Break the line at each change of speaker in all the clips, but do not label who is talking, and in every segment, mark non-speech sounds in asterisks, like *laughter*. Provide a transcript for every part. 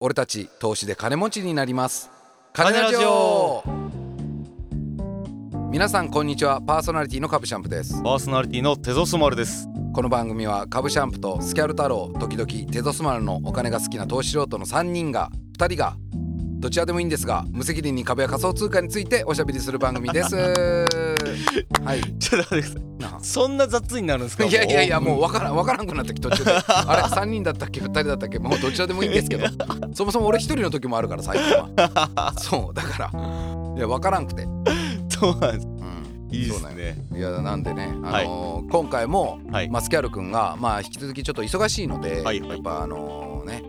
俺たち投資で金持ちになります
金ラジオ
皆さんこんにちはパーソナリティのカブシャンプです
パーソナリティのテゾスマルです
この番組はカブシャンプとスキャル太郎時々テゾスマルのお金が好きな投資ロートの3人が2人がどちらでもいいんですが無責任に株や仮想通貨についておしゃべりする番組です
*laughs*
はい
ちょっと待ってくだ
な
さいそんな雑になるんですか
いやいやいやもう分からん分からんくなってき途中
*laughs*
であれ3人だったっけ2人だったっけもうどちらでもいいんですけどそもそも俺1人の時もあるから最近はそうだからいや分からんくて、う
そうなんです
ん、
いいです
そう
ね
いやなんでね、あの
はい
ー今回も、
はい
マスキャル君が、まあ、引き続きちょっと忙しいので、
はいはい
やっぱあのね、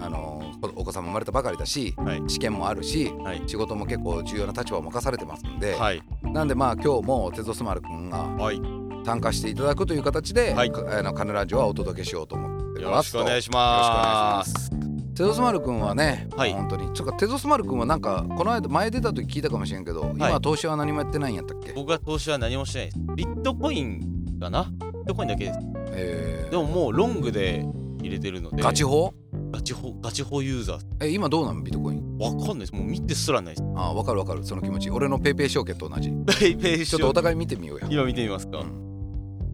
あのーお子さんも生まれたばかりだし、
はい
試験もあるし
はい
仕事も結構重要な立場を任されてますんで、
はい
なんでまあ今日もテゾスマル君が
はい
参加していただくという形で、
はい
かあのカネラジオはお届けしようと思って
よろ
ま
し
す
くお願いし
ま
ますす
テゾスマル君はね、
はい
本当にちょっとテゾスマル君はなんかこの間前出た時聞いたかもしれんけど、今投資は何もやってないんやったっけ、
僕は投資は何もしてないですビットコインかなビットコインだけです
えー
でももうロングで入れてるので
ガチ法
ガチホガチホユーザー
え今どうなのビットコイン
わかんないですもう見てすらないです
あ分かる分かるその気持ち俺のペイペイ証券と同じ
ペイペイ
ちょ
証
っとお互い見てみようや
今見てみますか、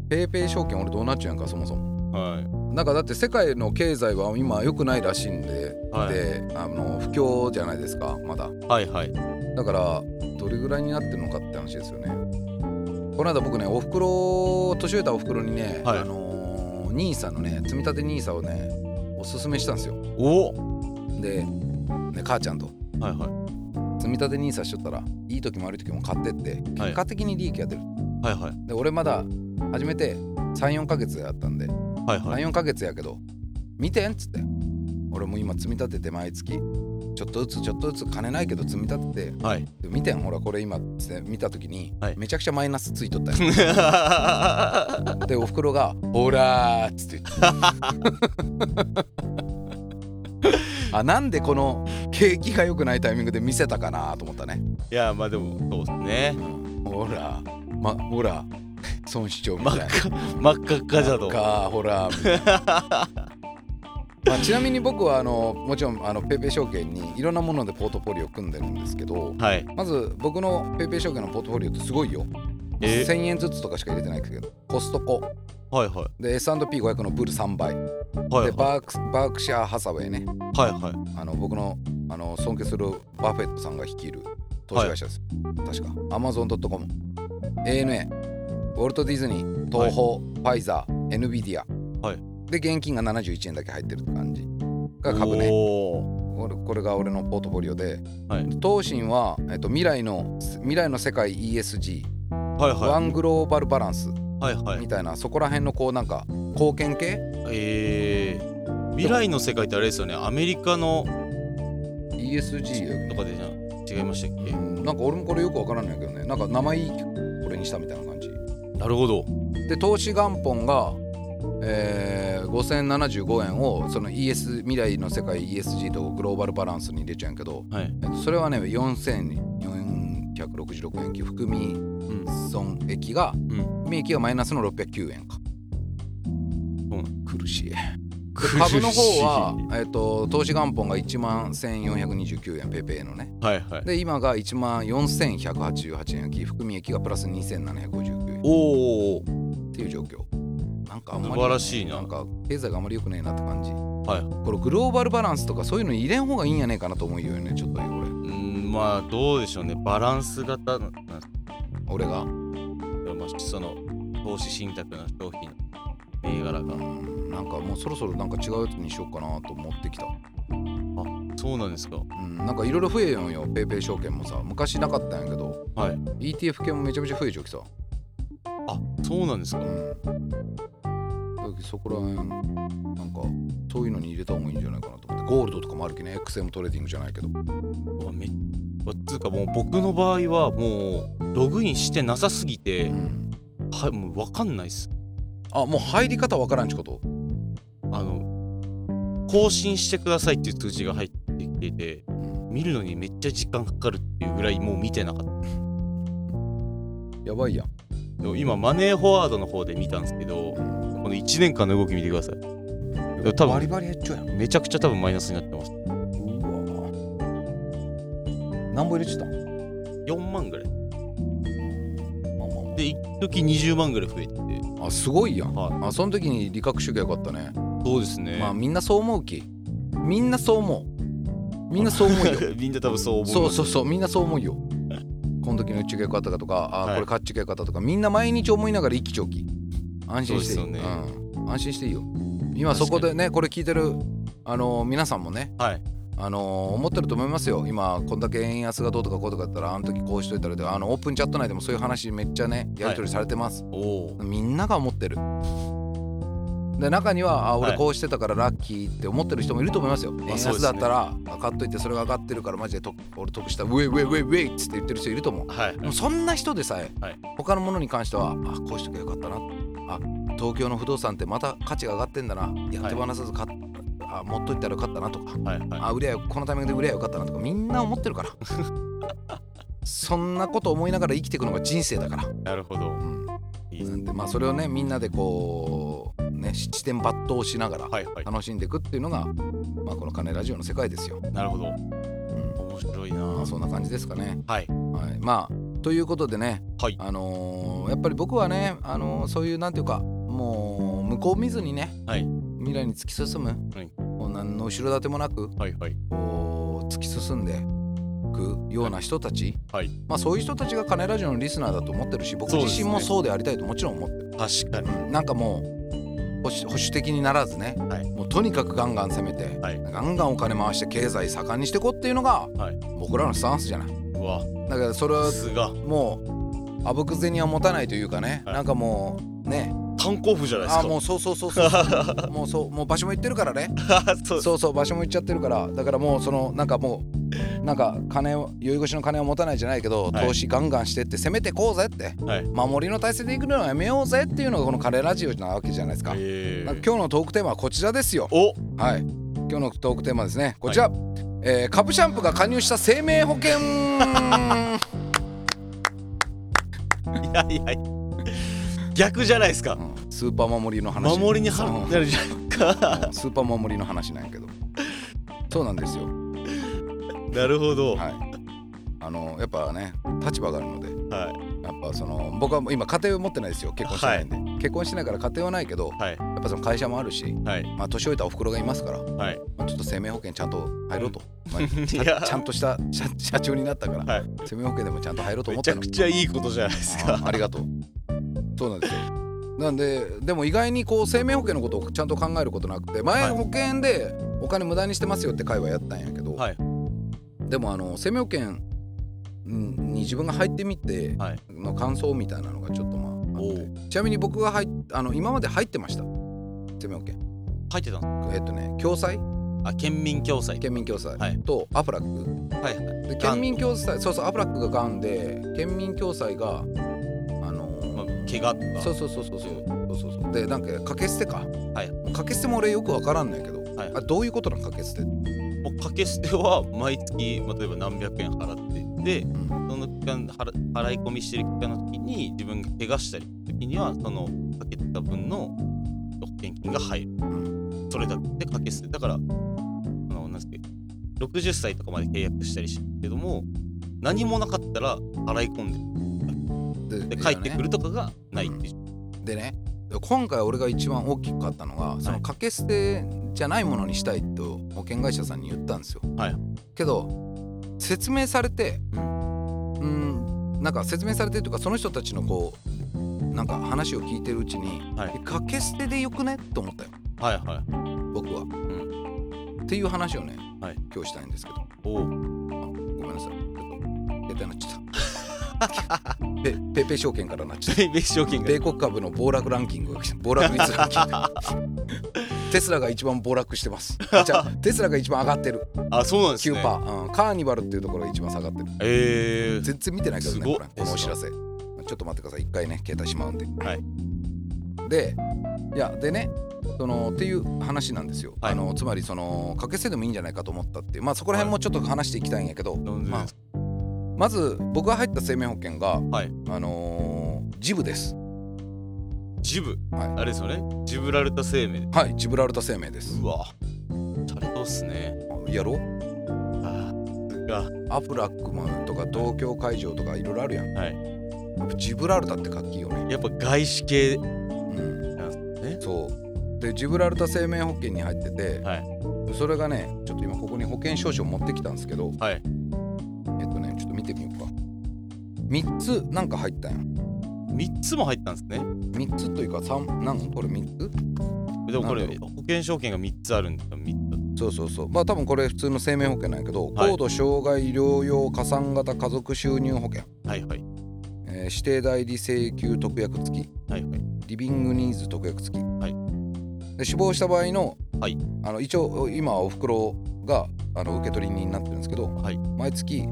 ペイペイ証券俺どうなっちゃうんやんかそもそも
はい
なんかだって世界の経済は今良くないらしいんで、
はい
であの不況じゃないですかまだ
はいはい
だからどれぐらいになってるのかって話ですよねこの間僕ねおふくろ年老いたおふくろにね、
はい
あのー、兄さんのね積み立て兄さんをねおすすめしたんですよ
お
で、ね、母ちゃんと
はいは
積み立て兄さんしとったらいい時も悪い時も買ってって
はい
結果的に利益が出る、
いはいはい
で俺まだ始めて34ヶ月やったんで
はいはい
34ヶ月やけど見てんっつって俺も今積み立てて毎月ちょっとずつちょっとずつ金ないけど積み立てて
はい
で見てんほらこれ今つって見た時に、
はい
めちゃくちゃマイナスついとっ
*laughs*
たよでおふくろが「ほら」っつって言って
*laughs*
あなんでこの景気が良くないタイミングで見せたかなと思ったね、
いやまあでもそうですね
うんほらまほら損失長みた
真
い
っ
な
赤真っ赤っかじゃと
かほらみたいなまあ、ちなみに僕はあのもちろんあのペイペイ証券にいろんなものでポートフォリオ組んでるんですけど
はい
まず僕のペイペイ証券のポートフォリオってすごいよ
え
1000円ずつとかしか入れてないけどコストコ
はいはい
で S&P500 のブル3倍
はい
で
は
バークスバークシャーハサウェイね
いはいはい
あの僕のあの尊敬するバフェットさんが率いる投資会社です、確か Amazon.com ANA ウォルト・ディズニー東宝、ファイザー NVIDIA、
はい
で現金が71円だけ入ってるって感じが株ね
お
俺これが俺のポートフォリオで、
はい
東進は、えっと、未来の未来の世界 ESG、
ーはい
ワ
は
ングローバルバランス
いはいはい
みたいなそこら辺のこうなんか貢献系
えー、未来の世界ってあれですよねアメリカの
ESG やけど
とかでじゃ違いましたっけ
うんなんか俺もこれよくわからないけどねなんか名前いいけどこれにしたみたいな感じ
なるほど
で投資元本が、えー、5075円をその ES 未来の世界 ESG とグローバルバランスに入れちゃうんやけど、
はい
えっとそれはね4466円寄付含み
うん
損益が
うん
含み益がマイナスの609円か、
うん
苦しいで
苦しい
株の方は、えっと投資元本が1万1429円ペイペイのね
*laughs* はいはい
で今が1万4188円き含み益がプラス2759円っ
おお
ていう状況なんかあんま
素
り
晴らしいな
なんか経済があんまり良くないなって感じ
はい
このグローバルバランスとかそういうの入れん方がいいんやねえかなと思うよねちょっとね
うんまあどうでしょうねバランス型なんです
俺俺が
けどまあその投資信託の商品の銘柄
う
が
んなんかもうそろそろなんか違うやつにしようかなと思ってきた
そうなんですか
うんなんかいろいろ増えよんよペイペイ証券もさ昔なかったんやけど
はい
ETF 系もめちゃめちゃ増えちゃうきさ
あそうなんですか
うんそこら辺なんかそういうのに入れた方がいいんじゃないかなと思ってゴールドとかもあるけどね XM トレーディングじゃないけど
うわめっつうかもう僕の場合はもうログインしてなさすぎて、
うん
はいもう分かんないっす
あもう入り方わからんちこと
あの更新してくださいっていう通知が入ってきていて見るのにめっちゃ時間かかるっていうぐらいもう見てなかった
やばいやん
でも今マネーフォワードの方で見たんですけど
うん
この1年間の動き見てくださいでも多分
バリバリ減っちゃうやん
めちゃくちゃ多分マイナスになってます
う何本入れちゃったん
4万ぐらい
まあま
で一時20万ぐらい増えてて
ああすごいやん、
は
あその時に理学主義よかったね、
そうですね、
まあみんなそう思うきみんなそう思うみんなそう思うよ
みんな多分そう思い
そ
ま
う
す
そうそうみんなそう思う
*laughs*
よこの時の宇宙が良かったかとかあー
はい
これカッチが良かったとかみんな毎日思いながら生きちょき安心していい
そうですよね
うん、安心していいよ今そこでねこれ聞いてるあのー皆さんもね
はい
あのー思ってると思いますよ今こんだけ円安がどうとかこうとかだったらあの時こうしといたらとかあのオープンチャット内でもそういう話めっちゃねやり取りされてます、
おお
みんなが思ってるで中にはあ俺
はい
こうしてたからラッキーって思ってる人もいると思いますよ、円
そうで
安
す
だ
ね
ったら、あ買っといてそれが上がってるからマジでと俺得したウェイウェイウェイウェイっつって言ってる人いると思う
はい
もうそんな人でさえ、
はい
他のものに関してはあこうしとけばよかったなあ東京の不動産ってまた価値が上がってんだないや
はい
手放さず買っあ持っといたらよかったなとか
はいはい
あ売りゃこのタイミングで売りゃよかったなとかみんな思ってるから
*laughs*
そんなこと思いながら生きていくのが人生だから、
なるほど
うん、
いい
なんでまあそれをねみんなでこうね七点抜刀しながら
はいはい
楽しんでいくっていうのが、まあ、この「金ラジオ」の世界ですよ。
なるほど
うん
面白いな
まあ、そんな感じですかね。
はい
はい、まあということでね、
はい
あのーやっぱり僕はね、あのーそういうなんていうかもう向こう見ずにね、
はい
未来に突き進む、
はい
こう何の後ろ盾もなく
はいはい
こう突き進んでいくような人たち、
はい
まあ、そういう人たちが「金ラジオ」のリスナーだと思ってるし僕
そうです
自
ね
身もそうでありたいともちろん思ってる。
確かに
なんかもう保守保守的にならずね、
はい
もうとにかくガンガン攻めて、
はい
ガンガンお金回して経済盛んにしていこうっていうのが、
はい
僕らのスタンスじゃないう
わ
だからそれは
さすが
もうあぶく銭は持たないというかね、
はい
なんかもうね
炭鉱夫じゃないです
あ
か
あもうそうそうそうそう
*laughs*
もうそうもう場所も行ってるからね
そうです
そうそう場所も行っちゃってるからだからもうそのなんかもうなんか金を宵越しの金を持たないじゃないけど、
はい
投資ガンガンしてって攻めてこうぜって
はい
守りの体制でいくのはやめようぜっていうのがこの「金ラジオ」なわけじゃないですか。
え
なんか
ー、
今日のトークテーマはこちらですよ。
お
はい。今日のトークテーマですね。こちら、えー株シャンプーが加入した生命保険。
いやいやいや逆じゃないですか
うんスーパー守りの話。
守りに
う
は
ん
なるじゃんか *laughs*
スーパー守りの話なんやけど。そうなんですよ。
なるほどは
はい。あのやっぱね立場があるので、
いは
やっぱその僕はもう今家庭を持ってないですよ。結婚してないんで、結婚してないから家庭はないけど、
い
やっぱその会社もあるし。
はい
まあ年老いたお袋がいますから、
はい
まあ、ちょっと生命保険ちゃんと入ろうと、まあ
い
ちゃ
や
ちゃんとした社社長になったから、
はい
生命保険でもちゃんと入ろうと思
め
っ
ち
た
ゃ
の
くちゃいいことじゃないですか
あありがとうそうなんですよなんででも意外にこう生命保険のことをちゃんと考えることなくて前
はい
保険でお金無駄にしてますよって会話やったんやけど、
はい
でもあの生命保険に自分が入ってみて
はい
の感想みたいなのがちょっとまああ
お
っ
お
てちなみに僕が入っあの今まで入ってました生命保険
入ってたの
えっとね共済
あ県民共済
県民共済
はい
とアプラック、
はいはい
で県民共済そうそうアプラックがガンで県民共済があのー
まあ、怪我とか
そうそうそうそうそうそうそうそうでなんか掛け捨てか
はい
掛け捨ても俺よくわからんねんけど、
はい
あどういうことなん掛け捨てって、
もう掛け捨ては毎月、まあ、例えば何百円払ってで
うん
その期間払払い込みしてる期間の時に自分が怪我したりする時にはその掛けた分の保険金が入る、それだけで掛け捨てだからあのなんすか60歳とかまで契約したりしてるけども何もなかったら払い込んでで帰ってく
る
るとかがないっていう、
でね今回俺が一番大きかったのがその掛け捨てじゃないものにしたいと保険会社さんに言ったんですよ、
はい
けど説明されて
う
うんなんか説明されてというかその人たちのこうなんか話を聞いてるうちに、
はい
え掛け捨てでよくねと思ったよ
はいはい
僕は、っていう話をね、
はい
今日したいんですけど
おう
あごめんなさいちょっと下手になっち *laughs* ゃったペペイペイ証券からなっちゃっ
米米証券
た
が
*laughs* 米国株の暴落ランキングが来た暴落率ランキン
*laughs*
グテスラが一番暴落してますあじゃあテスラが一番上がってる
あそうなんで
9%、
すね
うん、カーニバルっていうところが一番下がってる
えー、
全然見てないけどね
すごっ
これこのお知らせちょっと待ってください一回ね携帯しまうんで
はい
でいやでねそのっていう話なんですよ、
はい
あのつまりその掛け捨てでもいいんじゃないかと思ったっていうまあそこら辺もちょっと話していきたいんやけど、
なんで
まあまず僕が入った生命保険が、
はい
あのージブです
ジブ、
はい
あれですよねジブラルタ生命
はいジブラルタ生命です
うわチャレトっすね
やろう
あーすが
アプラックマンとか東京会場とかいろいろあるやん
はい
やっぱジブラルタってかっきいいよね、
やっぱ外資系
うん、
なんですね
そうでジブラルタ生命保険に入ってて、
はい
それがねちょっと今ここに保険証書を持ってきたんですけど
はい
えっとねちょっと見てみようか3つなんか入ったんや
3つも入ったんですね
3つというか3なんこれ3つ
でもこれ
なんだ
保険証券が3つあるんですよ3
そうそうそうまあ多分これ普通の生命保険なんやけど、
はい
高度障害療養加算型家族収入保険、
つはいはい
えー指定代理請求特約付き
はいはい
リビングニーズ特約付き、
はい
で死亡した場合の,、
はい
あの一応今はおふくろがあの受取人になってるんですけど、
はい
毎月、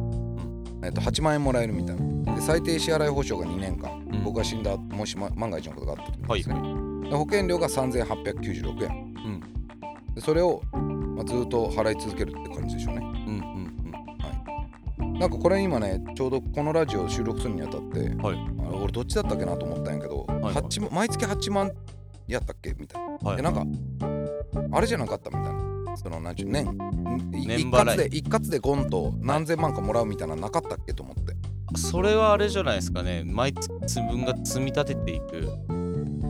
えっと、8万円もらえるみたいなで最低支払い保証が2年間、
うん
僕が死んだもし、ま、万が一のことがあった時
はい
ですね、
は
で保険料が3896円
いうん
でそれを、まあ、ずっと払い続けるって感じでしょうね
うんうん
なんかこれ今ねちょうどこのラジオ収録するにあたって、
はい
あれ俺どっちだったっけなと思ったんやけど、
はい
8万毎月8万やったっけみたいな、
うんはい
でなんかあれじゃなかったみたいなその何ちゅう年い
年
一
払
括
い
で一括でゴンと何千万かもらうみたいなのなかったっけと思って
それはあれじゃないですかね毎月自分が積み立てていく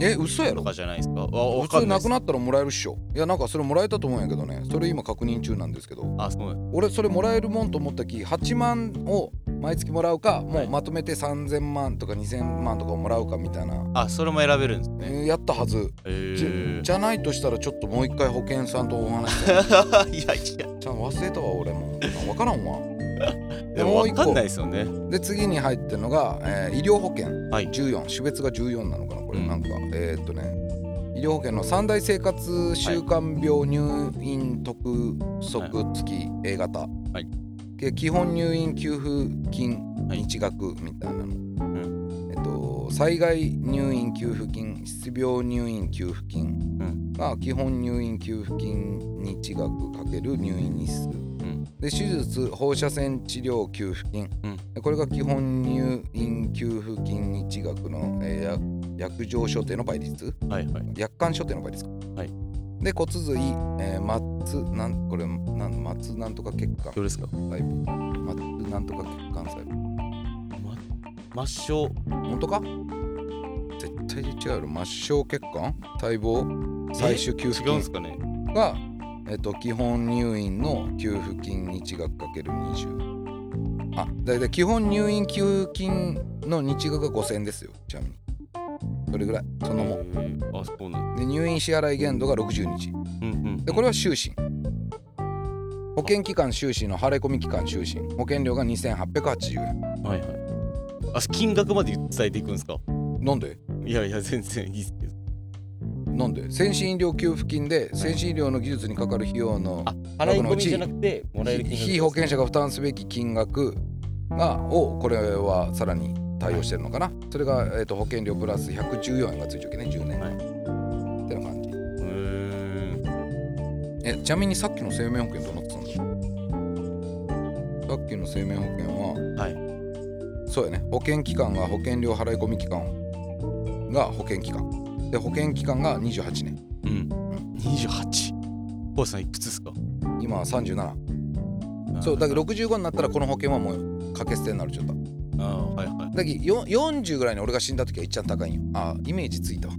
え嘘や
と
ろ
かじゃないですかわわ
普
か
通
ん
な
ないです
くなったらもらえるっしょいやなんかそれもらえたと思うんやけどねそれ今確認中なんですけど
あそう
俺それもらえるもんと思ったき8万を毎月もらうかも
は
う
い
まとめて3000万とか2000万とかをもらうかみたいな、
あそれも選べるんですね
えーやったはず
へえ
じゃじゃないとしたらちょっともう一回保険さんとお話し
*laughs* いやいや
ちゃん忘れたわ俺も分からんわ
*laughs* で
も
も
う
分
一個
かんないですよね
で次に入ってるのが、えー医療保険、
はい
14種別が14なのかなこれ、
うん
なんかえーっとね医療保険の三大生活習慣病入院特則付き A 型、
はい
で基本入院給付金
はい
日額みたいなの、えっと災害入院給付金失病入院給付
う
金が基本入院給付金日額かける入院日数、
ん
で手術放射線治療給付金、
うん
でこれが基本入院給付金日額の、えーや薬状所定の倍率
はいはい
薬管所定の倍率か、
はい
で骨髄、えー、松なんこれなん松なんとか血管
どれですか
細胞松なんとか血管細胞
抹消
本当か絶対に違うよ末梢血管細胞最終給付
違う
金
んですかね
がえっと、基本入院の給付金日額かける20あだいたい基本入院給付金の日額が5000円ですよちなみにそれぐらいそのもん
へーあそうなんだ
で入院支払い限度が60日
うんうん
でこれは終身保険期間終身の払い込み期間終身保険料が2880円
はいはいあ金額まで伝えていくんですか
なんで
いやいや全然いいっすけど
なんで先進医療給付金で先進医療の技術にかかる費用の
あ払い込みじゃなくてもらえる金額
非保険者が負担すべき金額がをこれはさらに対応してるのかなそれが、えー、と保険料プラス114円がついちゃうけね10年間、
はい
ってな感じ
うーん
えちなみにさっきの生命保険どうなってたんだろうさっきの生命保険は
はい
そうやね保険期間が保険料払い込み期間が保険期間で保険期間が28年
うん28コウさんいくつですか
今は37そうだけど65になったらこの保険はもう掛け捨てになるちょっと
ああはいはい
だけどよ40ぐらいに俺が死んだ時は一番高いんよあイメージついたわ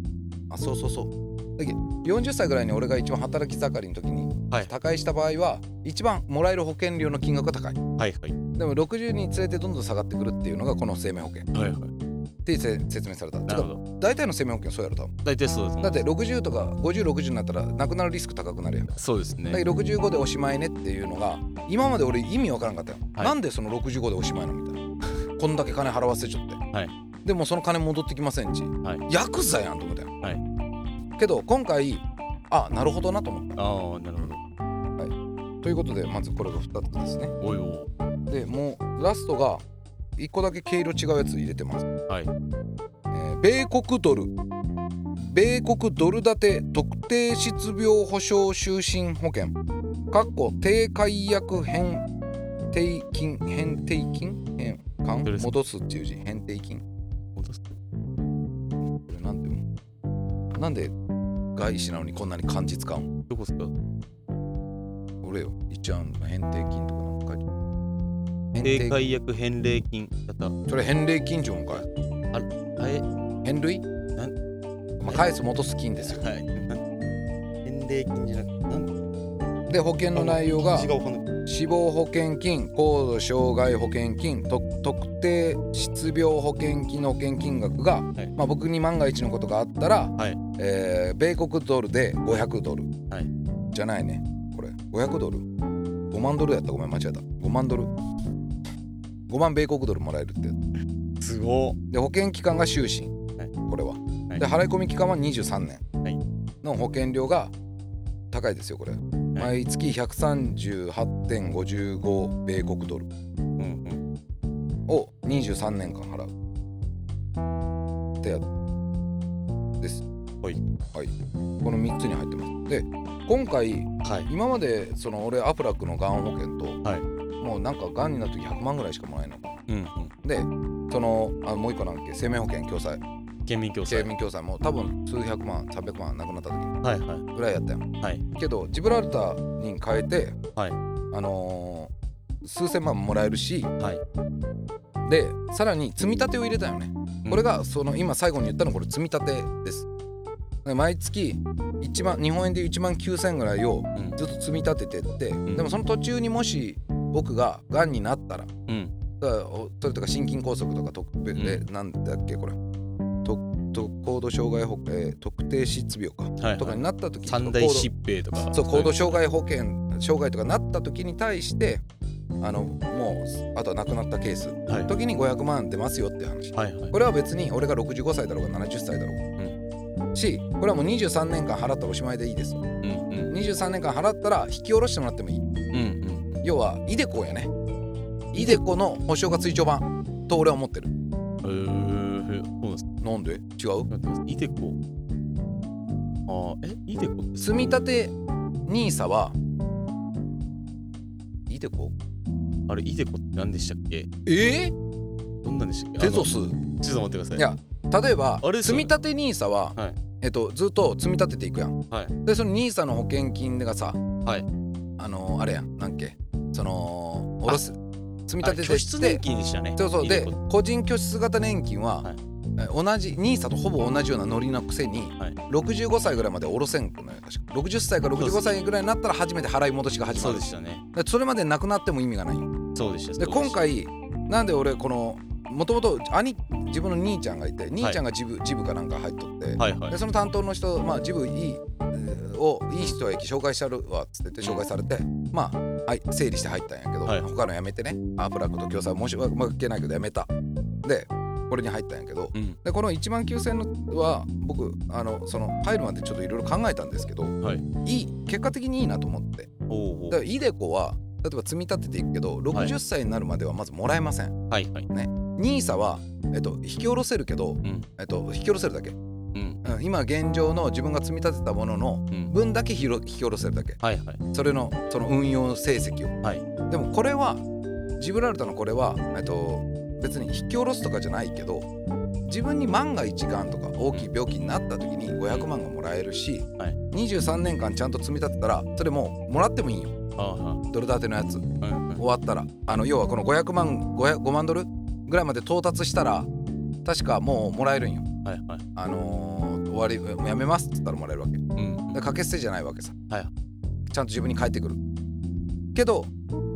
あそうそうそうだけど40歳ぐらいに俺が一番働き盛りの時に
はい
他界した場合は一番もらえる保険料の金額が高い
はいはい
でも60につれてどんどん下がってくるっていうのがこの生命保険っ
はいはい
てせ説明された
な
だ
る
か
ほ
ら
ど
大体の生命保険そうやろ多分
大体そうですもん
だって60とか5060になったら亡くなるリスク高くなるやんだ
そうですね
けど65でおしまいねっていうのが今まで俺意味わからんかったよ、
はい
なんでその65でおしまいなのみたいな *laughs* こんだけ金払わせちゃって、
はい
でもその金戻ってきませんち、
はい
ヤクザやんと思ったよ、
はい
けど今回あなるほどなと思っ
ああなるほど
たということでまずこれが2つですね
おいお
でもうラストが1個だけ毛色違うやつ入れてます
はい
えー米国ドル米国ドル建て特定失病保障終身保険かっこ低解約返定金返定金返還
どれですか
戻すっていう字返定金
戻す
これなんていうのなんで外資なのにこんなに漢字使うん
どこですか
俺よ一応あんの返定金とかなんか書いてある返
定
礼
解約返礼金方
それ返礼金じゃんかい
あえは
返類
な
まあ、返す戻す金ですよ
いなん返礼金じゃなくてなん
で保険の内容が
違うほん
死亡保険金高度障害保険金と特定失病保険金の保険金額が、
い
まあ、僕に万が一のことがあったら、
はい
えー米国ドルで500ドル、
はい
じゃないねこれ500ドル5万ドルやったごめん間違えた5万ドル5万米国ドルもらえるって
すご
で保険期間が終身、
はい
これは、
はい
で払い込み期間は23年
はい
の保険料が高いですよこれ、毎月138.55米国ドル
うんうん
を23年間払う手当です
はい
はいこの3つに入ってますで今回
はい
今までその俺アフラックのがん保険と、
はい
もうなんかがんになると100万ぐらいしかもらえないの
うんうん
でそのあもう一個なんだっけ生命保険共済
県民共
生
済
命共済も多分数百万300万なくなった時
はいはい
ぐらいやったよ、
はい
けどジブラルタに変えて、
はい
あのー数千万もらえるし、
はい
でさらに積み立てを入れたよね、
うん
これがその今最後に言ったのこれ積み立てですで毎月1万日本円で1万9,000円ぐらいを
うん
ずっと積み立ててって、
ん
でもその途中にもし僕ががんになったら
うん
だからおそれとか心筋梗塞とか特別で、
う
なんだっけこれとと高度障害保険、えー特定失病か、
はい
とかになった時
三
高
大
度
疾病とか
そう行動障害保険障害とかなった時に対してあのもうあとは亡くなったケース
はい
時に500万出ますよって話
はいはい
これは別に俺が65歳だろうが70歳だろうが、しこれはもう23年間払ったらおしまいでいいです
うんうん
23年間払ったら引き下ろしてもらってもいい
うんうん
要はイデコやねイデコの保証が追徴版と俺は思ってる
えーそうなんです
なんで違う
待ってますイデコあーえイデコって
積み立て NISA はイデコ
あれイデコって何でしたっけ
えー、
どんなんでしたっけ
テゾス
あのちょっと待ってください
いや例えば
あれです
積
よね
立 NISA は、
はい
えっと、ずっと積み立てていくやん、
はい
でその NISA の保険金がさ、
い
あのーあれやんなんっけそのおろす積み
あ
立て
れ
て
拠出年
で
金でしたね
そうそう
イデ
で
コ
個人拠出型年金は、
はい
え同じ NISA とほぼ同じようなノリのくせに、
はい
65歳ぐらいまでおろせんくない確か60歳か65歳ぐらいになったら初めて払い戻しが始ま
そう
る
でしたね
でそれまでなくなっても意味がない
そうでした
で
そうし
今
た
回なんで俺このもともと兄自分の兄ちゃんがいて兄ちゃんがジブ,、ジブかなんか入っとって、
はいはい
でその担当の人、まあ、ジブいい、えーをいい人やき紹介してるわっつってて紹介されて、まあ、はい、整理して入ったんやけど、
はい
他のやめてねアープラックと共済申し訳ないけどやめたでこれに入ったんやけど
うん
でこの1万9000のは僕あのその入るまでちょっといろいろ考えたんですけど、
はい
いい結果的にいいなと思って
おうおう
だからイデコは例えば積み立てていくけど60歳になるまではまずもらえません、
はいはい
NISA は、えっと、引き下ろせるけど、
ん
えっと、引き下ろせるだけ、
ん
うん今現状の自分が積み立てたものの
うん
分だけひろ引き下ろせるだけ
はいはい
それのその運用成績を、
はい
でもこれはジブラルタのこれは、えっと、別に引き下ろすとかじゃないけど自分に万が一がんとか大きい病気になった時に500万がもらえるし、
はい
23年間ちゃんと積み立てたらそれもうもらってもいいよ
ああは
ドル建てのやつ終
いうんうん
わったらあの要はこの500万 5, 5万ドルぐらいまで到達したら確かもうもらえるんよ
はいはい
あのー終わりもうやめますって言ったらもらえるわけ
うんうん
で掛け捨てじゃないわけさ、
はい
ちゃんと自分に返ってくるけど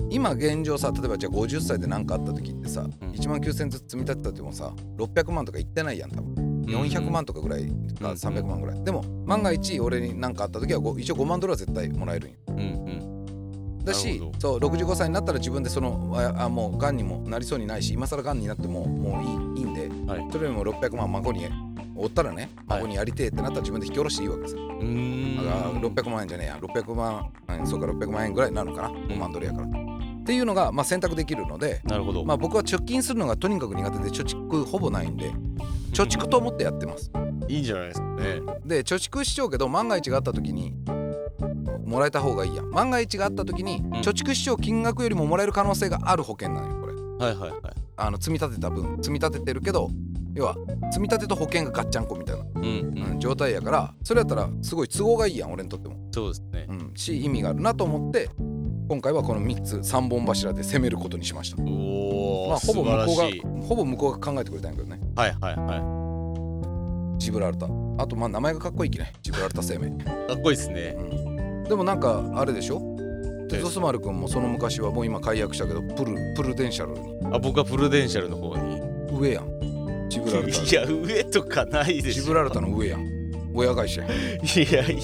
今現状さ例えばじゃあ50歳で何かあった時ってさ、
ん
1万9,000ずつ積み立てたってもさ600万とかいってないやん多分400万とかぐらいか
うん
300万ぐらい、でも万が一俺に何かあった時はご一応5万ドルは絶対もらえるんよ
うんうん
だし
なるほ
そう65歳になったら自分でそのああもうがんにもなりそうにないし今更がんになってももういいいいんで、
はい
それよりも600万孫におったらね
はい
孫にやりてえってなったら自分で引き下ろしていいわけさ、
うーん
だから600万円じゃねえや600万円そうか600万円ぐらいになるのかな5万ドルやから、っていうのが、まあ、選択できるので、
なるほど
まあ、僕は貯金するのがとにかく苦手で貯蓄ほぼないんで貯蓄と思ってやってます
いいんじゃないですかね
で貯蓄しちゃうけど万が一があった時にもらえた方がいいやん万が一があった時に貯蓄しちゃう金額よりももらえる可能性がある保険なのよこれ
はいはいはい
あの積み立てた分積み立ててるけど要は積み立てと保険がガッチャンコみたいな、
うんう
うんん、状態やからそれやったらすごい都合がいいやん俺にとっても、
そうですね
うん、し意味があるなと思って今回はこの3つ3本柱で攻めることにしました
おお、
まあ、ほぼ向
素晴ら
こ
しいう
がほぼ向こうが考えてくれたんやけどね
はいはいは
ジブラルタあとまあ名前がかっこいいきねジブラルタ
*laughs*
生命、
いかっこいいですね
うん、でもなんかあれでしょテゾスマル君もその昔はもう今解約したけどプルプルデンシャルに
あ僕はプルデンシャルの方に
上やんジブラルタ
いや上とかないでし
ジブ
ょ
ラルタの上やん親会社やん
いやいやい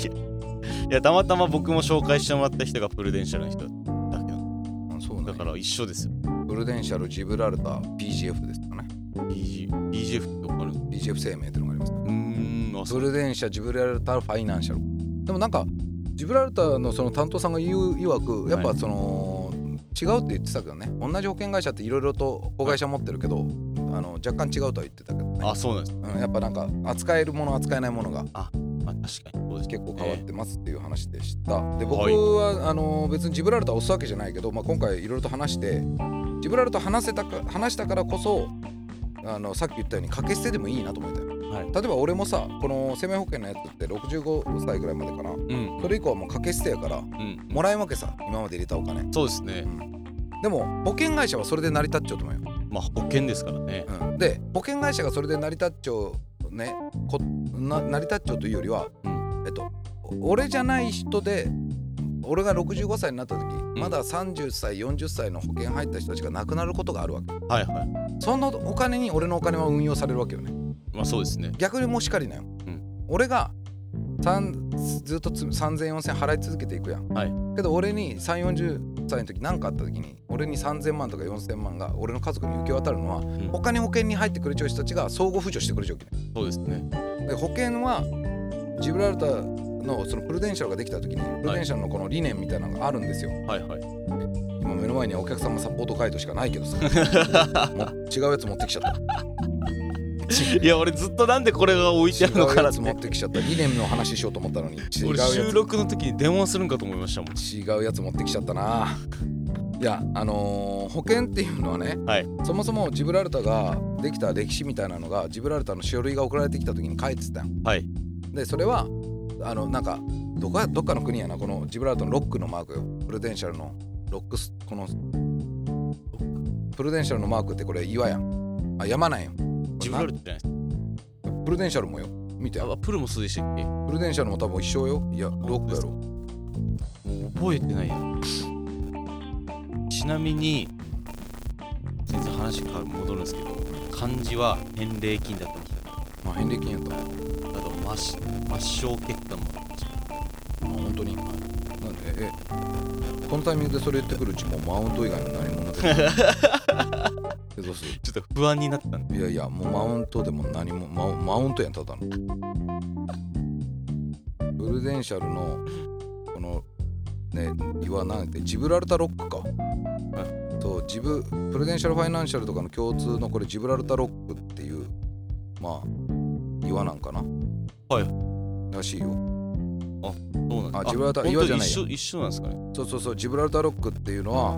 やたまたま僕も紹介してもらった人がプルデンシャルの人だけど
あそうだ
だか
から
一緒ですよ
らプルデンシャルジブラルタ PGF ですかね
BG BGF とかある
PGF 生命っていうのがあります
うーんあそ
プ
れ
ルデンシャジブラルタファイナンシャルでもなんかジブラルタのその担当さんが言う曰くやっ
は
ぱ
い
その、違うって言ってたけどね同じ保険会社っていろいろと子会社持ってるけど、あの若干違うとは言ってたけどね
あそうなんです
うんやっぱなんか扱えるもの扱えないものが
まあ確かにそうです
結構変わってますっていう話でした、で僕
はい
は、あの別にジブラルタを押すわけじゃないけど、まあ、今回いろいろと話してジブラルタ話せたか話したからこそあのさっき言ったように掛け捨てでもいいなと思ったよ、
はい
例えば俺もさこの生命保険のやつって65歳ぐらいまでかな
うん
それ以降はもう掛け捨てやから
うん
もらえんわけさ今まで入れたお金
そうですね
でも保険会社はそれで成り立っちゃうと思うよ
まあ保険ですからね
うん、で保険会社がそれで成り立っちゃうねこな成り立っちゃうというよりは、
うん
えっと俺じゃない人で俺が65歳になった時、まだ30歳40歳の保険入った人たちが亡くなることがあるわけ
はいはい
そのお金に俺のお金は運用されるわけよね
まあそうですね
逆にもうしかりなよ、
うん
俺が3ずっとつ30004000払い続けていくやん、
はい
けど俺に340歳の時何かあった時に俺に3000万とか4000万が俺の家族に受け渡るのは、
ん
他に保険に入ってくれちゃう人たちが相互扶助してくれちゃうわけね
そうですね
で保険はジブラルタのそのプルデンシャルができた時にプルデンシャルのこの理念みたいなのがあるんですよ、
はいはい
今目の前にはお客様サポートガイドしかないけ
*laughs*
どさもう違うやつ持ってきちゃった
いや俺ずっとなんでこれが置いてあるの
違
か
う
な
や
っ
つ
て
持ってきちゃった理念の話しようと思ったのに違う
俺
やつ
収録の時に電話するんかと思いましたもん
違うやつ持ってきちゃったないやあのー保険っていうのはね、
はい
そもそもジブラルタができた歴史みたいなのがジブラルタの書類が送られてきた時に書いてたん
はい
でそれはあのなんかどこやどっかの国やなこのジブラルタのロックのマークよプルデンシャルのロックスこのプルデンシャルのマークってこれ岩やんあ山なんよ
ジブラルタじゃないです
プルデンシャルもよ見て
かあプルもそうでしたっけも
プルデンシャルも多分一生よいやロックやろ
う覚えてないやちなみに全然話変わる戻るんですけど漢字は返礼金だったんですよ
まあ返礼金やった
あと抹抹消血管もあったんですよ
あ本当になんでえこのタイミングでそれ言ってくるうちもうマウント以外の何者でもえどうする
ちょっと不安になってたんで
いやいやもうマウントでも何もマウマウントやんただのプルデンシャルのこのね岩なんてジブラルタロックかそうジブプルデンシャルファイナンシャルとかの共通のこれジブラルタロックっていうまあ岩なんかならしいよ
そうなんです
あジブラルタ
本
岩
当
じゃない
一緒一緒なんですかね
そうそうそうジブラルタロックっていうのは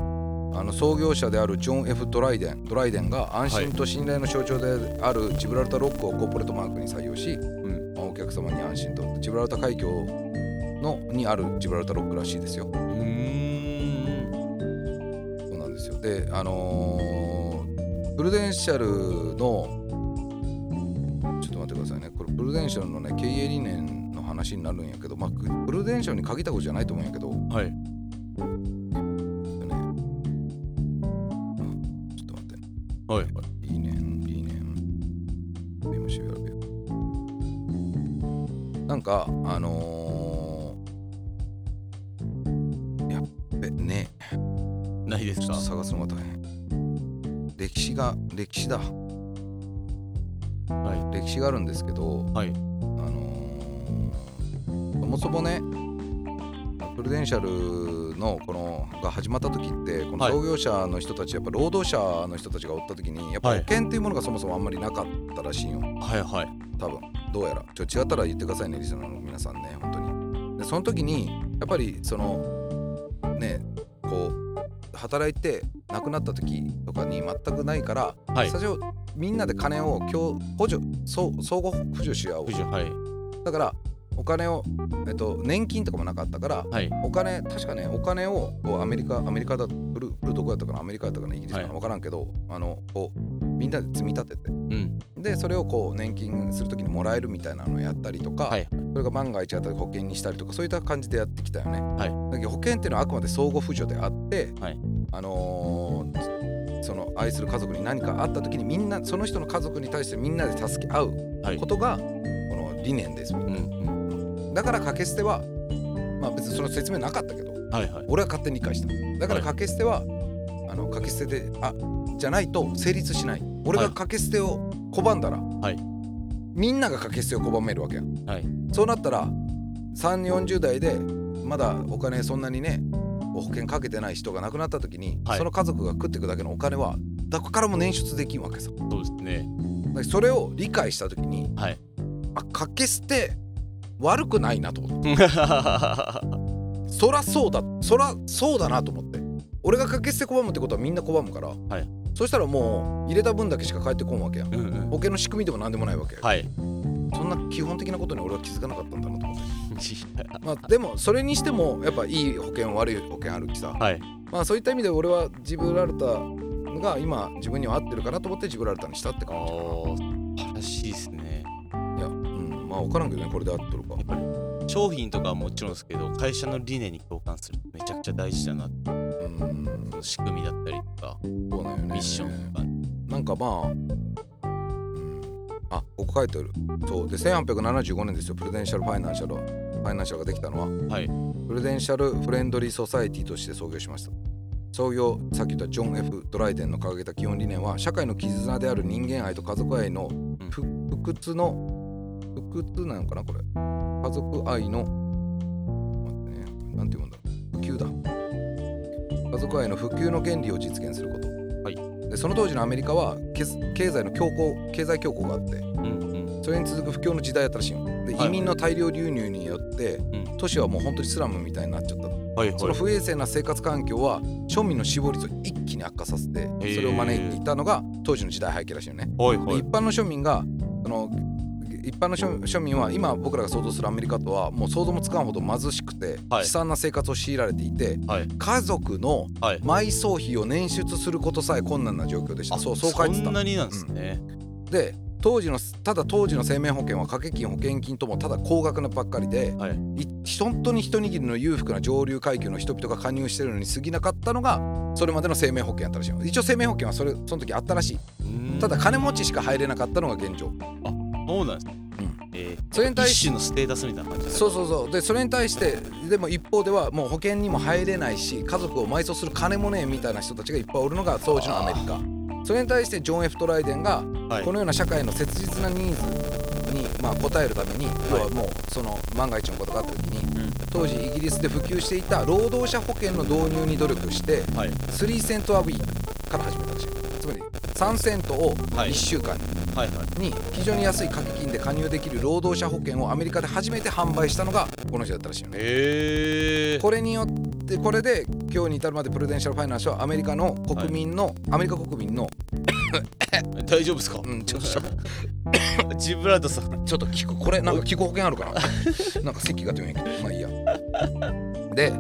あの創業者であるジョン・ F ・ドライデンドライデンが安心と信頼の象徴であるジブラルタロックをコーポレートマークに採用し、
ん
まあお客様に安心とジブラルタ海峡のにあるジブラルタロックらしいですよ
うーん
そうなんですよであのープルデンシャルのちょっと待ってくださいねこれプルデンシャルのね経営理念の話になるんやけどまあプルデンシャルに限ったことじゃないと思うんやけど
はい
ねあちょっと待って
はい
理念理念今調べるなんかあのーやっべね
ないです
ちょっ
か
と探すのが大変歴史が歴史だ
は
歴史があるんですけど、
はい
あのーそもそもねプルデンシャルのこのが始まった時ってこの
はい
創業者の人たち、やっぱ労働者の人たちがおった時にやっぱ
は
保
い
険っていうものがそもそもあんまりなかったらしいよ
いはいはい
多分どうやらちょっと違ったら言ってくださいねリスナーの皆さんね本当にでその時にやっぱりそのねこう働いて亡くなった時とかに全くないから、
はい
最初みんなで金を今日補助相相互扶助し合おう
九十はい
だからお金を、えっと、年金とかもなかったから
はい
お金確かねお金をこうアメリカアメリカだブルブルどこやったかなアメリカやったかなイギリスかな、
はい
分からんけどあのこうみんなで積み立てて
うん
でそれをこう年金する時にもらえるみたいなのをやったりとか、
はい
それが万が一あったら保険にしたりとかそういった感じでやってきたよね。
は
だけど保険っていうのはあくまで相互扶助であって、
はい
あのーその愛する家族に何かあった時にみんなその人の家族に対してみんなで助け合う
はい
ことが、この理念です、
うんうん
だから掛け捨てはまあ別にその説明なかったけど
はいはい
俺は勝手に理解しただから
はい
掛け捨ては、あの掛け捨てであじゃないと成立しない俺が
はい
掛け捨てを拒んだら、
い
みんなが掛け捨てを拒めるわけや
はい
そうなったら340代でまだお金そんなにね保険かけてない人が亡くなった時に、
はい
その家族が食っていくだけのお金はどこからも捻出できんわけさだか
そうですね
らそれを理解した時に
はい
*laughs* あ掛け捨て悪くないなと思って
は
そらそうだそらそうだなと思って俺が掛け捨て拒むってことはみんな拒むから、
い
そしたらもう入れた分だけしか返ってこんわけや
いうんうん
保険の仕組みでも何でもないわけや、
はい *laughs*
そんな基本的なことに俺は気づかなかったんだなと思って。まあ、でもそれにしてもやっぱいい保険悪い保険あるきさ、
はい
まあ、そういった意味で俺はジブラルタが今自分には合ってるかなと思ってジブラルタにしたって
あ
感じか
ー素晴らしいですね
ないや、うん、まあ分からんけどねこれで合っとるか
やっぱり商品とかはもちろんですけど会社の理念に共感するってめちゃくちゃ大事だなって
うん
その仕組みだったりとか
そうだよね
ミッションとか
なんかまあ、うん、あここ書いてあるそうで1875年ですよプルデンシャルファイナンシャルファイナンシャルができたのは
はい
プルデンシャル・フレンドリー・ソサエティとして創業しました創業さっき言ったジョン・ F ・ドライデンの掲げた基本理念は社会の絆である人間愛と家族愛のふ不屈の不屈なのかなこれ家族愛の待ってねなんて言うんだろう普及だ家族愛の普及の原理を実現すること、
は
でその当時のアメリカはけず経済の強行経済強行があって
うん
それに続く不況の時代やったらしいよで
はい
移民の大量流入によって、
ん
都市はもう本当にスラムみたいになっちゃった
うんはいはい
その不衛生な生活環境は庶民の死亡率を一気に悪化させてそれを招いていたのが当時の時代背景らしいよね。
はい
で
は
一
い
般の庶民がその一般の庶庶民は今僕らが想像するアメリカとはもう想像もつかんほど貧しくて
はい
悲惨な生活を強いられていて
はい
家族の
はい
埋葬費を捻出することさえ困難な状況でした。そうそう書いて
そ
た
んなになんですね、
で当時のただ当時の生命保険は掛け金保険金ともただ高額なばっかりで、
はい
い本当に一握りの裕福な上流階級の人々が加入してるのに過ぎなかったのがそれまでの生命保険やったらしいの一応生命保険はそれその時あったらしい
うん
ただ金持ちしか入れなかったのが現状
そうなんですね、
うん
え
それに
ー、
対
一
し
種のステータスみたいな感じ
そう
う
そうそうでそれに対してでも一方ではもう保険にも入れないし家族を埋葬する金もねえみたいな人たちがいっぱいおるのが当時のアメリカそれに対してジョン・ F ・トライデンが
はい
このような社会の切実なニーズに、まあ、応えるために要はもうその万が一のことがあった時に
うん
当時イギリスで普及していた労働者保険の導入に努力して
はい
3セントアウィークから始めたらしいつまり3セントを
はい
1週間
はいはい
に非常に安い掛け金で加入できる労働者保険をアメリカで初めて販売したのがこの人だったらしいよね。
へえ
これによってこれで今日に至るまでプルデンシャルファイナンスはアメリカの国民の、アメリカ国民の、
大丈夫ですか、
うん、ちょっとしゃ
*laughs* ジブラートさん
ちょっと聞くこれなんか *laughs* 聞く保険あるかななんか席が出るんやけどまあいいやで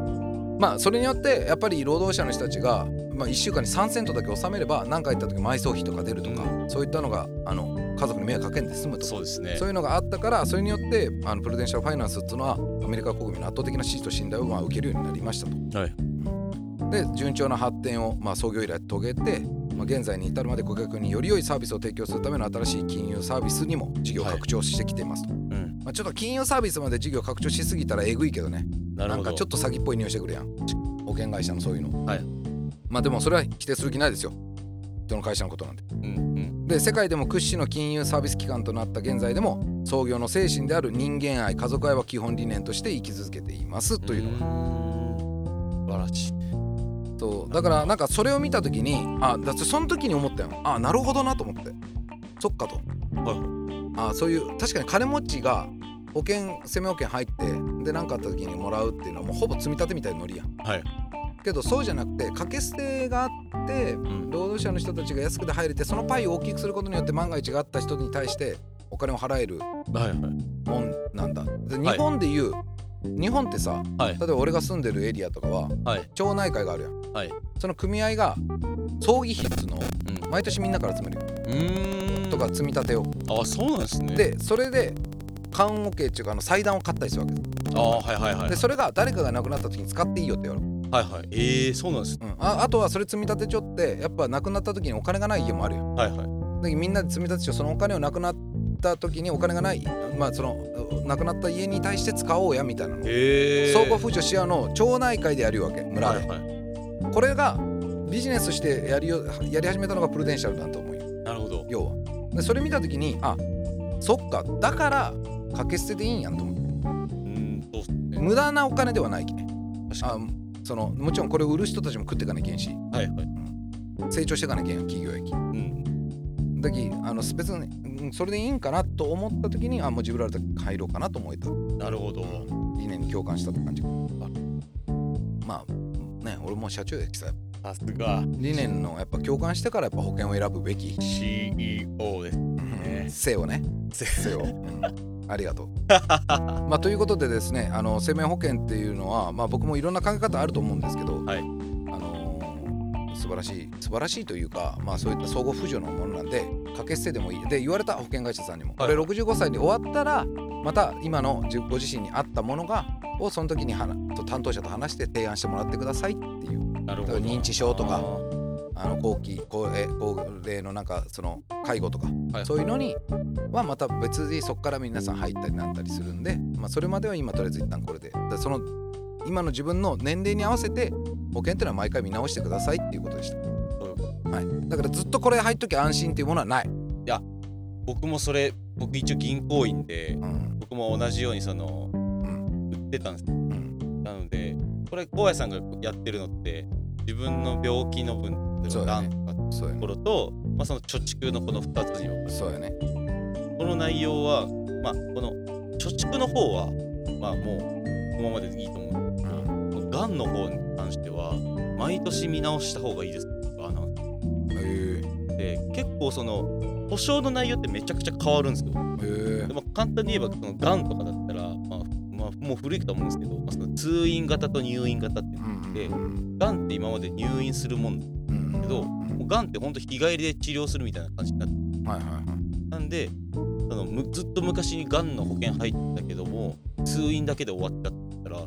まあそれによってやっぱり労働者の人たちが、まあ、1週間に3セントだけ納めれば何か言った時埋葬費とか出るとか、そういったのがあの家族に迷惑かけんで済むとか
そうですね
そういうのがあったからそれによってあのプルデンシャルファイナンスっていうのはアメリカ国民の圧倒的な支持と信頼をまあ受けるようになりましたと。
はい
で順調な発展を、まあ、創業以来遂げて、まあ、現在に至るまで顧客により良いサービスを提供するための新しい金融サービスにも事業を拡張してきていますと、
ん
まあ、ちょっと金融サービスまで事業拡張しすぎたらえぐいけどね
なる
な
ほ
ん
ど
かちょっと詐欺っぽい匂いしてくるやん保険会社のそういうの
はい
まあでもそれは否定する気ないですよ人の会社のことなんで
うんうん
で世界でも屈指の金融サービス機関となった現在でも創業の精神である人間愛家族愛は基本理念として生き続けていますというのが
のが素晴らしい
そうだからなんかそれを見た時にあだってその時に思ったよあなるほどなと思ってそっかと
は
あそういう確かに金持ちが保険生命保険入ってで何かあった時にもらうっていうのはもうほぼ積み立てみたいなノリやん
はい
けどそうじゃなくて掛け捨てがあって
い、うん、
労働者の人たちが安くで入れてそのパイを大きくすることによって万が一があった人に対してお金を払える
はいはい
もんなんだで日本でいう、日本ってさ、
はい
例えば俺が住んでるエリアとかは
はい
町内会があるやん
はい
その組合が葬儀費っていうのを毎年みんなから集めるよ
うんうーん
とか積み立てを
あそうなんですね
でそれで棺桶っていうかあの祭壇を買ったりするわけです
あはいはいはい
でそれが誰かが亡くなった時に使っていいよって言われる、
はいはいえー、そうなんですね
うん、ああとはそれ積み立て帳ってやっぱ亡くなった時にお金がない家もあるよ
はいはい
でみんなで積み立て帳そのお金を亡くなった時にお金がないまあそのう亡くなった家に対して使おうやみたいなの
えー、
相互扶助し合うのを町内会でやるわけ村で、
はいはい
これがビジネスしてやりよやり始めたのがプルデンシャルだと思うよ
なるほど
要はでそれ見た時にあそっかだから掛け捨てでいいんやんと思う
うーんと
無駄なお金ではないきね
確
あ
か
そのもちろんこれを売る人たちも食っていかなきゃいけんし
にはいはい
成長していかなきゃいけん企業益
うん
だきあの別にうんそれでいいんかなと思った時にあもうジブラルタル入ろうかなと思えた
なるほど
いいねに共感したって感じまあね俺も社長やきさ
さすが
理念のやっぱ共感してからやっぱ保険を選ぶべき
CEO ですね
性をね性を、うんありがとう、まあ、ということでですねあの生命保険っていうのは、まあ、僕もいろんな考え方あると思うんですけど、
はい
あのー素晴らしい素晴らしいというか、まあ、そういった相互扶助のものなんで掛け捨てでもいいで言われた保険会社さんにも、
は
こ
い
れ65歳に終わったらまた今の自ご自身に合ったものがをその時にはなと担当者と話して提案してもらってくださいっていう
*laughs* なるほ
だか
ど
ら認知症とか
あー
あの後期高齢高齢のなんかその介護とか、
はい
そういうのにはまた別にそこから皆さん入ったりなったりするんで、まあ、それまでは今とりあえず一旦これでだからその今の自分の年齢に合わせて保険っていうのは毎回見直してくださいっていうことでした、はい、だからずっとこれ入っときゃ安心っていうものはない、
僕もそれ僕一応銀行員で
うん
僕も同じようにその
うん
売ってたんですよ
うん、
なのでこれ高野さんがやってるのって自分の病気の分
そうだ
が
ね
んとかって
そうよ
と
ね
ころと、まあ、その貯蓄のこの2つに分かれ
そうよね
るこの内容は、まあ、この貯蓄の方は、まあ、もうこのままでいいと思うんですけど
う
このがんの方に関しては毎年見直した方がいいですとかなんか
へえ
で結構その保証の内容ってめちゃくちゃ変わるんですよ
へえ
でも簡単に言えばそのがんとかだったら、まあまあ、もう古いと思うんですけど、まあ、その通院型と入院型ってで
うん
がんって今まで入院するもんも
うん
けど
うん
うがんってほんと日帰りで治療するみたいな感じになって
はいはいはい
なんでそのむずっと昔にがんの保険入ってたけども通院だけで終わったって言ったら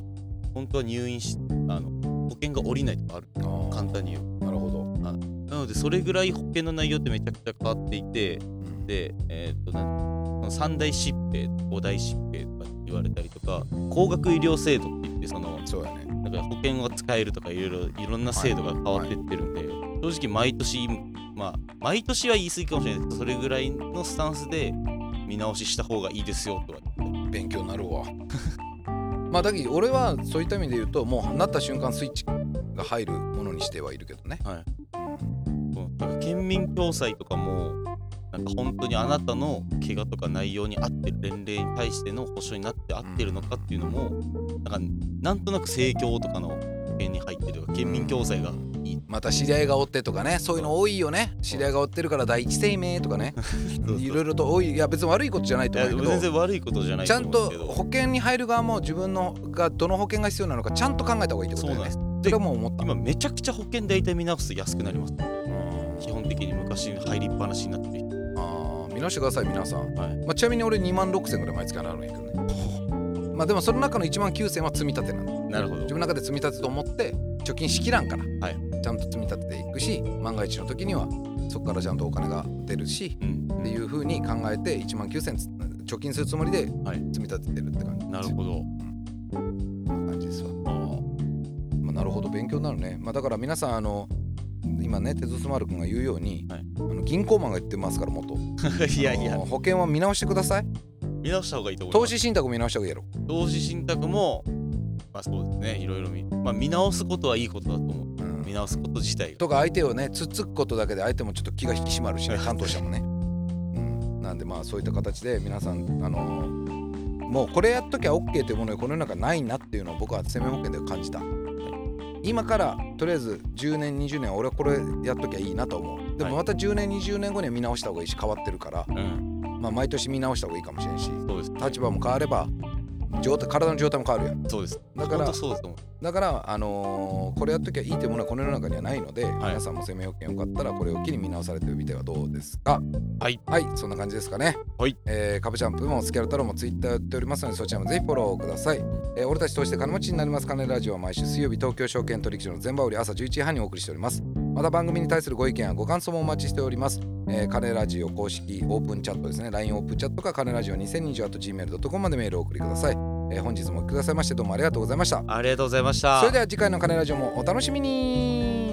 本当は入院しあの保険が下りないとかある
あー
簡単に言う
なるほど、
なのでそれぐらい保険の内容ってめちゃくちゃ変わっていて
うん
でえーっとなんその3大疾病5大疾病とか言われたりとか高額医療制度って言ってその
そうやね
なんか保険が使えるとかいろいろいろんな制度が変わってってるんで、正直毎年まあ毎年は言い過ぎかもしれないですけどそれぐらいのスタンスで見直しした方がいいですよとは言って
勉強になるわ *laughs* まあだけど俺はそういった意味で言うともうなった瞬間スイッチが入るものにしてはいるけどね
はいうんなんか県民共済とかもなんか本当にあなたの怪我とか内容に合ってる年齢に対しての保証になって合ってるのかっていうのも、なんかなんとなく生協とかの保険に入ってるとか県民共済がいい、
また知り合いがおってとかねそういうの多いよね知り合いがおってるから第一生命とか
*laughs*
ねいろいろと多いいや別に悪いことじゃない
い
と
や
思うけ
全
ど
然悪いことじゃない
ちゃ
思
ん
うん
と
ですけど
保険に入る側も自分のがどの保険が必要なのかちゃんと考えた方がいいってこ
そう
と
なん
だよね
です
それも思った
今めちゃくちゃ保険大体見直すと安くなります基本的に昔入りっぱなしになってる人
あー見直してください皆さん、
はい
まあ、ちなみに俺2万6000ぐらい毎月払うんやけどね
*laughs*
まあでもその中の1万9000は積み立てなんだ
なるほ
自分の中で積み立てと思って貯金しきらんから、
はい
ちゃんと積み立てていくし万が一の時にはそこからちゃんとお金が出るし
うん
っていう風に考えて1万9000つ貯金するつもりで積
はい
み立ててるって感じ、
なるほど
そんな感じですわ、
あー
まあ、なるほど勉強になるね、まあ、だから皆さんあの今ね手筒丸君が言うように、
はい
あの銀行マンが言ってますから元
*laughs* いやい
あ
や
の保険は見直してください
見直した方がいいと思い
投
ます
資信託見直した方がいいやろ
投資信託もまあそうですねいろいろ見,、まあ、見直すことはいいことだと思う
うん
見直すこと自体が
とか相手をねつっつくことだけで相手もちょっと気が引き締まるしね担当者もね、うん、なんでまあそういった形で皆さんあのもうこれやっときゃ OK っていうものがこの世の中ないなっていうのを僕は生命保険で感じた今からとりあえず10年20年俺はこれやっときゃいいなと思うで
はい
もまた10年20年後には見直した方がいいし変わってるから
うん
ままあ、毎年見直した方がいいかもしれんし
そうです、
立場も変われば状態体の状態も変わるやん
そうです
だから
本当そうだと思
だから、あのーこれやっときゃいいというものはこの世の中にはないので、
い
皆さんも生命保険よかったらこれを機に見直されてみてはどうですか
はい、
はい、そんな感じですかね
はい、
えー、カブチャンプもスキャル太郎もツイッターやっておりますのでそちらもぜひフォローください、えー、俺たちとして金持ちになります金ラジオは毎週水曜日東京証券取引所の全場売り朝11時半にお送りしておりますまた番組に対するご意見やご感想もお待ちしております、えー、カネラジオ公式オープンチャットですね LINE オープンチャットかカネラジオ 2020.gmail.com までメールをお送りください、えー、本日もお聞きくださいましてどうもありがとうございました
うありがとうございました
それでは次回のカネラジオもお楽しみに